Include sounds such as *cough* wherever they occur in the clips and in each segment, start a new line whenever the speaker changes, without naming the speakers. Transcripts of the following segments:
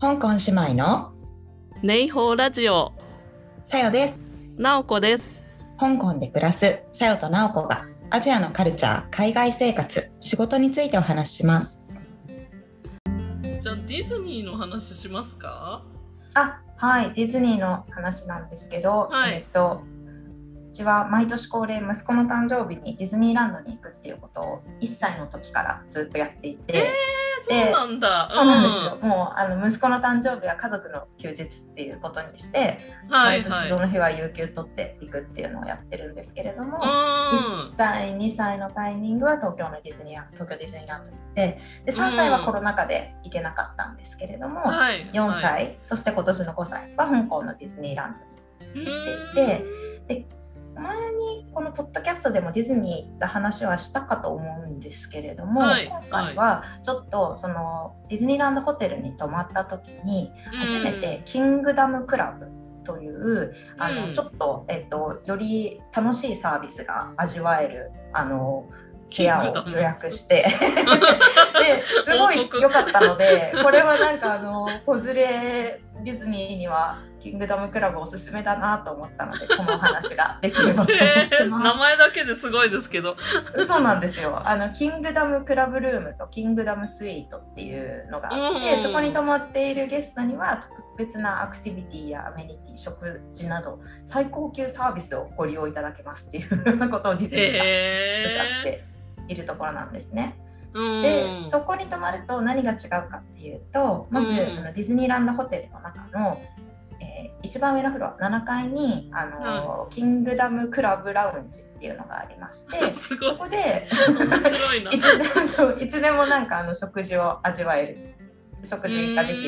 香港姉妹の
ネイホーラジオ
さよです
なおこです
香港で暮らすさよとなおこがアジアのカルチャー海外生活仕事についてお話しします
じゃあディズニーの話しますか
あはいディズニーの話なんですけど、
はい
えっとうちは毎年恒例息子の誕生日にディズニーランドに行くっていうことを1歳の時からずっとやっていて、
えそうなんだ、
そうなんですよ、もうあの息子の誕生日は家族の休日っていうことにして、
うんはい
毎
は
年
い
その日は有給取っていくっていうのをやってるんですけれども、
う
1
ん
歳2歳のタイミングは東京のディズニーランド東京ディズニーランドに行ってで3歳はコロナ禍で行けなかったんですけれども、
はい
4歳、
は
そして今年の5歳は香港のディズニーラン
い
ていてド前にこのポッドキャストでもディズニー行った話はしたかと思うんですけれども、
はい
今回はちょっとそのディズニーランドホテルに泊まった時に
うん
初めてキングダムクラブというあ
うん
のちょっと、えっと、より楽しいサービスが味わえるあの部屋を予約 *laughs* して。ですごい良かったの *laughs* でこれはなんかあの子連れディズニーには「キングダムクラブ」おすすめだなと思った *laughs* のでこのお話ができればと思
へ
って
ー
ま
名前だけですごいですけど
す。 *laughs* そうなんですよ *laughs* あのキングダムクラブルームとキングダムスイートっていうのがあって、
うん
そこに泊まっているゲストには特別なアクティビティやアメニティ食事など最高級サービスをご利用いただけますっていうようなことをディズニーが歌っ
え
ているところなんですね。
ーうん
でそこに泊まると何が違うかっていうとまず、
うん
あのディズニーランドホテルの中の、えー一番上のフロア7階にあのー、キングダムクラブラウンジっていうのがありまして
*laughs* す
*laughs*
ごい
そこで
面白いない
つでも *laughs* そういつでもなんかあの食事を味わえる食事ができるっ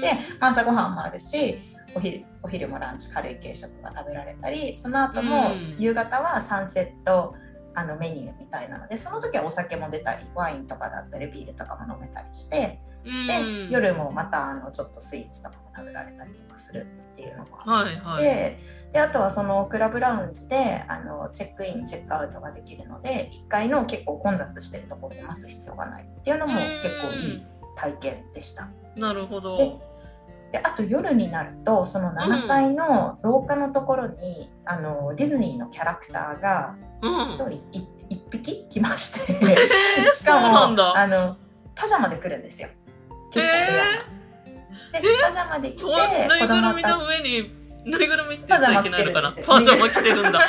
て言って、まあ、朝ごはんもあるしお昼お昼もランチ軽い軽食が食べられたりその後も
うん
夕方はサンセットあのメニューみたいなのでその時はお酒も出たりワインとかだったりビールとかも飲めたりして
うん
で夜もまたあのちょっとスイーツとかも食べられたりとかするっていうのもあって
はいはい
でであとはそのクラブラウンジであのチェックインチェックアウトができるので1階の結構混雑してるところで待つ必要がないっていうのも
うん
結構いい体験でした。
なるほ
で
ど
であと夜になるとその7階の廊下のところに、あのディズニーのキャラクターが
うん
1人 1, 匹来まして
えー
し
そう
か
なん
も
だ
あのパジャマで来るんですよ。結構レアなでパジャマで来て
こうぬい
子
ぐる
供
み
た
の
ち
上にぬいぐるみって言っちゃいけないのかなパ
パ
ジ
ジ
ャ
ャ
マ
マ
着てるんだ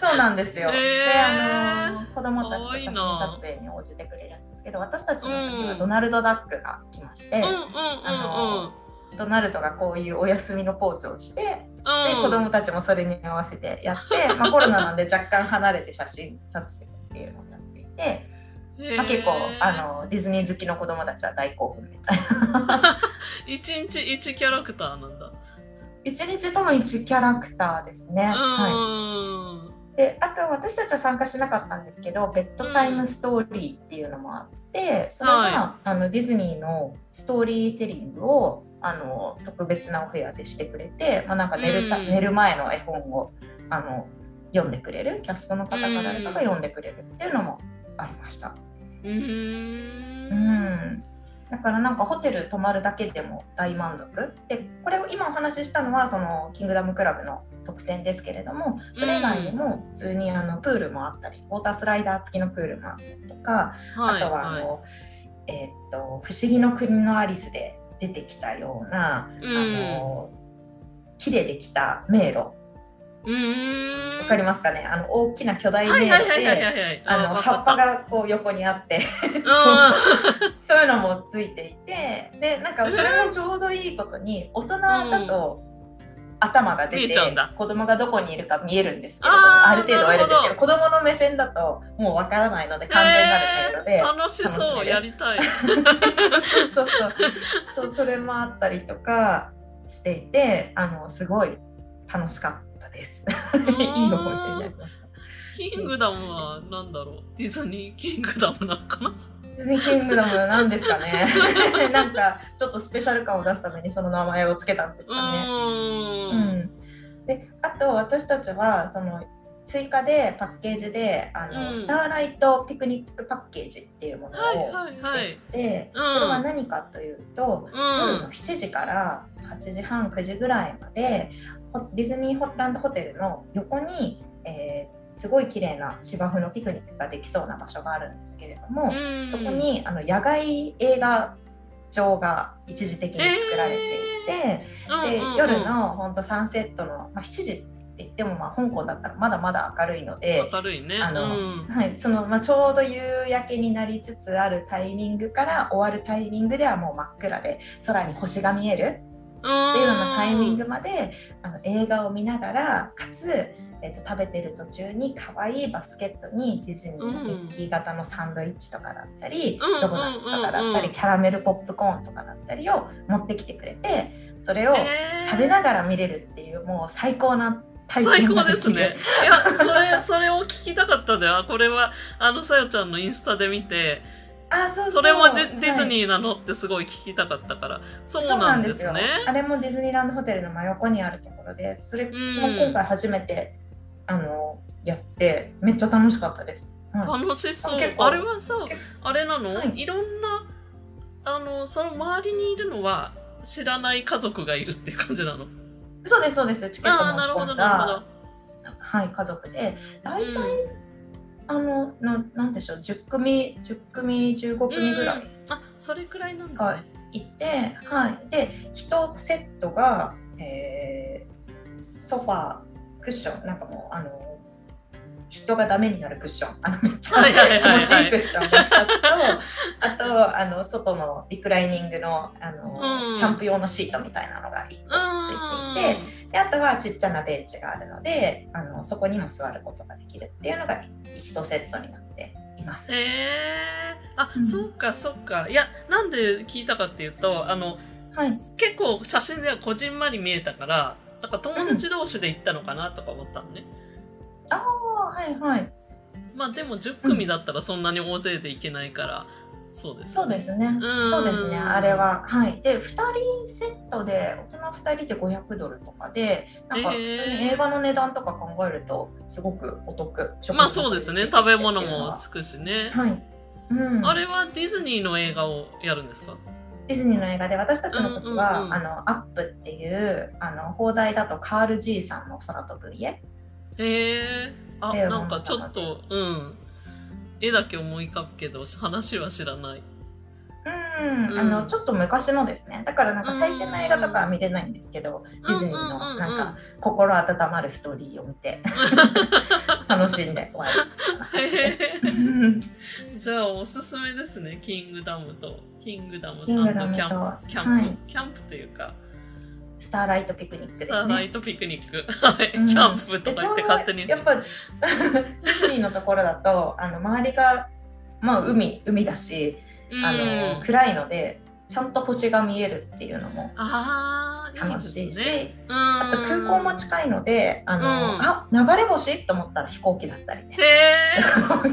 そうなんですよ。
へー
で、あの子供たち
か
と
わいい
写真
な
撮影に応じてくれるんですけど、私たちの時
う
は
ん
ドナルドダックが来まして、
*laughs* うんうんうんうん
ドナルドがこういうお休みのポーズをして、で
うん
子供たちもそれに合わせてやって、まあコロナなんで若干離れて写真撮影っていうのをやっていて、まあ結構
へー
あのディズニー好きの子供たちは大興奮みたいな。
一日一キャラクターなんだ
一日とも一キャラクターですね。はい。
うん
であと私たちは参加しなかったんですけどベッドタイムストーリーっていうのもあって、それは、
は
あのディズニーのストーリーテリングをあの特別なお部屋でしてくれて、まあ、なんか寝るた、
うん
寝る前の絵本をあの読んでくれるキャストの方か誰かが読んでくれるっていうのもありました。
うー
うんんだからなんかホテル泊まるだけでも大満足でこれを今お話ししたのはそのキングダムクラブの特典ですけれどもそれ以外にも普通にあのプールもあったりウォータースライダー付きのプールもあったりとか、
はい
あとはあ
はい
の、えーっと「不思議の国のアリス」で出てきたような、
うん
あの木でできた迷路わ
うーん
かりますかねあの大きな巨大
はい
迷
はいは
路
いはいは
で
いはい
あの葉っぱ
が
がこう横にあって
う
そういうのもついていてでなんかそれもちょうどいいことに大人だと頭が
見
出
え
て
ちゃうんだ
子供がどこにいるか見えるんですけれども
あー
ある程度はやるんですけど
なる
子供の目線だともうわからないので
ん
完全なる程度で、
へー楽し
楽し
そ
め
う
る
やりたい
*laughs* そうそうそうそれもあったりとかしていてあのすごい楽しかったです。い *laughs* い思い出になりました。
キングダムはなんだろうディズニーキングダムなのかな
ディズニーキングダムなんですか
*laughs*
ねなんかちょっとスペシャル感を出すためにその名前をつけたんです
う
かね。
ー
うんんであと私たちはその追加でパッケージであの、
うん
スターライトピクニックパッケージっていうもの
はい
を
はい
作
は
っ
い
て、
うん
それは何かというと、
う
夜
ん
の7時から8時半9時ぐらいまでホディズニーホッランドホテルの横に、えーすごい綺麗な芝生のピクニックができそうな場所があるんですけれども、
うん
そこにあの野外映画場が一時的に作られていて。で、夜のほんとサンセットの、まあ、7時って言っても、まあ、香港だったらまだまだ明るいの
うんうん
で、
明るいね
あの
うん
はいそのまあ、ちょうど夕焼けになりつつあるタイミングから終わるタイミングではもう真っ暗で空に星が見えるっていうようなタイミングまであの映画を見ながらかつ、えっと、食べてる途中に可愛いバスケットにディズニーのミッキー型のサンドイッチとかだったり、
うん
ドーナツとかだっ
うんうん
た
うんうん
りキャラメルポップコーンとかだったりを持ってきてくれてそれを
えー
食べながら見れるっていうもう最高な体
最
験
高
が
で
ですき
ね
る。。
いや、それ、それを聞きたかったんだよ。あこれは、あの、さよちゃんのインスタで見て、
あ、そうそう。
それもジ
は
ュ
い
ディズニーなのってすごい聞きたかったから、そう
そう
な
なんん
で
ですすよ。
ね。
あれもディズニーランドホテルの真横にあるところで、それも今回初めて、あのやってめっちゃ楽しかったです。はい
楽しそう。
結構
あれはさ
結、
あれなの、、
はいい
ろんな、あの、その周りにいるのは、知らない家族がいるっていう感じなの。
そうですそうです。チケット
ああ、
申
な
し
るほ
込
ど、
ん
なるほ
だ、はい家族で、大体、
ど。うん
あののなんでしょう、10組10組15組ぐらい
あ、それくらいなんだね。
いて、はい。で一セットが、えーソファークッションなんかもうあの人がダメになるクッションあのめっちゃ
はいはいはいはい
気持ちいいクッションが2つとあとあの外のリクライニングのあの、
うん
キャンプ用のシートみたいなのが1個つ
う
いていて。であとはちっちゃなベンチがあるのであのそこにも座ることができるっていうのが1セットになっています。
へえあ、
うん
そっかそっかいやなんで聞いたかっていうとあの
はい、
結構写真ではこじんまり見えたからなんか友達同士で行ったのかなとか思ったのね、
ああはいはい
まあでも10組だったらそんなに大勢で行けないからそうです
そうですね
うん
そうですねあれははいで2人セットで大人2人で500ドルとかでなんか
へ
普
ー
通に映画の値段とか考えるとすごくお得
まあそうですね食べ物も
つ
つくしね、
はい、うん、
あれはディズニーの映画をやるんですか
ディズニーの映画で私たちの時は、
うんうんうん
あのアップっていうあの放題だとカール G さんの空飛ぶ家
へえあ
で
なんかちょっとうん絵だけ思い浮かぶけど話は知らない
うん、
うん
あのちょっと昔のですねだからなんか最新の映画とかは見れないんですけど、ディズニーの
うんうんうんうん
なんか心温まるストーリーを見
*laughs*
て楽しんで終わ
へ
りです。
え *laughs*
うん
じゃあおすすめですね、キングダムと。キングダムと
キングダム
キ
と、
ャンプ。キャンプ、
はい、
キャンプというか、
スターライトピクニックで
スタ
す
ーラ
ね。
イトピクニック。はい、
うん
キャンプと
で
か
ちょ
言っ
う
て
ど
勝手に言
や
っ
っ
ちゃ
ぱディズニーのところだ
*laughs*
とあの周りが、まあ、海海だし、
う。
あ
う
の
ん
暗いのでちゃんと星が見えるっていうのも
あー、いい
楽
です
しいし。
ね。うん。
あと空港も近いので、あの、
うん
あ、流れ星と思ったら飛行機だったりね。*laughs*
*laughs* へえ。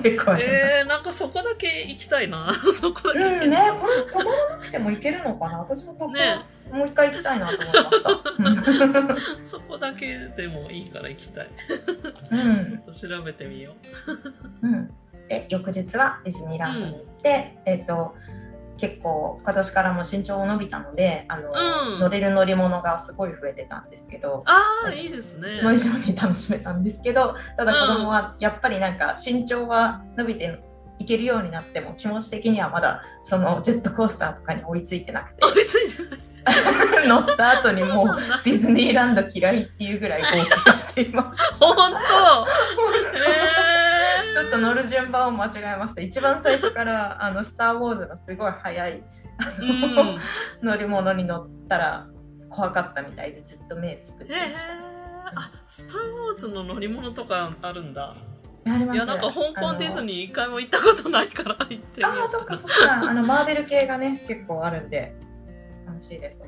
結構あります
えー、なんかそこだけ行きたいな。 *laughs* そこだけ行
う
け
ん
な
ね
い、
これ止まらなくても行けるのかな。私もここ、
ね
もう一回行きたいなと思いました。
そこだけでもいいから行きたい。
うん
ちょっと調べてみよう。
うん、うん。で翌日はディズニーランドに行って、えっ、と結構今年からも身長を伸びたので、あの、
うん
乗れる乗り物がすごい増えてたんですけど。
ああ、いいですね。
の以上に楽しめたんですけどただ子供はやっぱりなんか身長は伸びていけるようになっても気持ち的にはまだそのジェットコースターとかに追いついてなくて
追いついてない。
乗った後に
そう
も
なんだ
う。ディズニーランド嫌いっていうぐらい号泣してい
*laughs*
ました
本 *laughs* 当。えー
ちょっと乗る順番を間違えました一番最初から「あのスター・ウォーズ」のすごい速い
うん。
乗り物に乗ったら怖かったみたいでずっと目つぶって
へ
ま
え
した。
あスター・ウォーズの乗り物とかあるんだ
やります
いやなんか香港ディズニー一回も行ったことないから行ってみよ
ああ、
う
そっかそっか。あの、マーベル系がね、結構あるんで、楽しいです。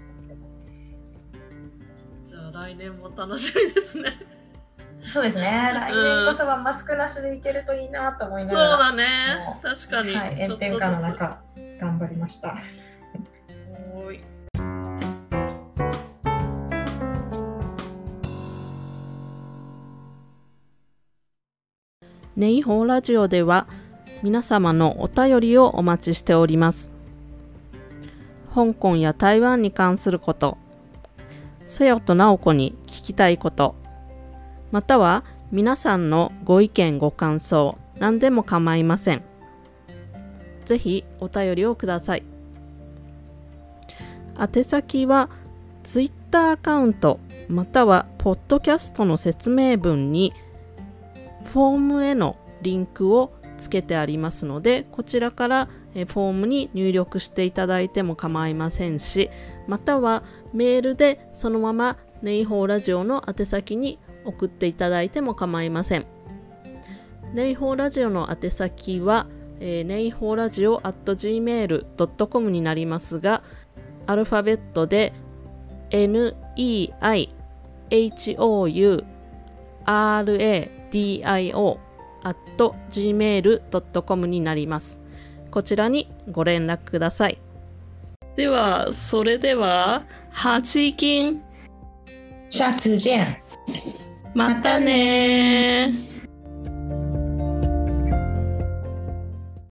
じゃあ来年も楽しみですね
そうですね。来年こそはマスクなしでいけるといいなと思い
そう
ながら、
だね確かに、
はい、炎天下の中、頑張りました。
おーい
ネイホーラジオでは皆様のお便りをお待ちしております。香港や台湾に関すること、セヨとナオコに聞きたいこと、または皆さんのご意見ご感想、何でも構いません。ぜひお便りをください。宛先は Twitter アカウントまたはポッドキャストの説明文にフォームへのリンクをつけてありますのでこちらからえフォームに入力していただいても構いませんしまたはメールでそのままネイホーラジオの宛先に送っていただいても構いませんネイホーラジオの宛先は、えー、ネイホーラジオ at gmail.com になりますがアルファベットで neihouradio at gmail.com になります。こちらにご連絡ください。では、それでは、八金、
シャツジェン
またねー。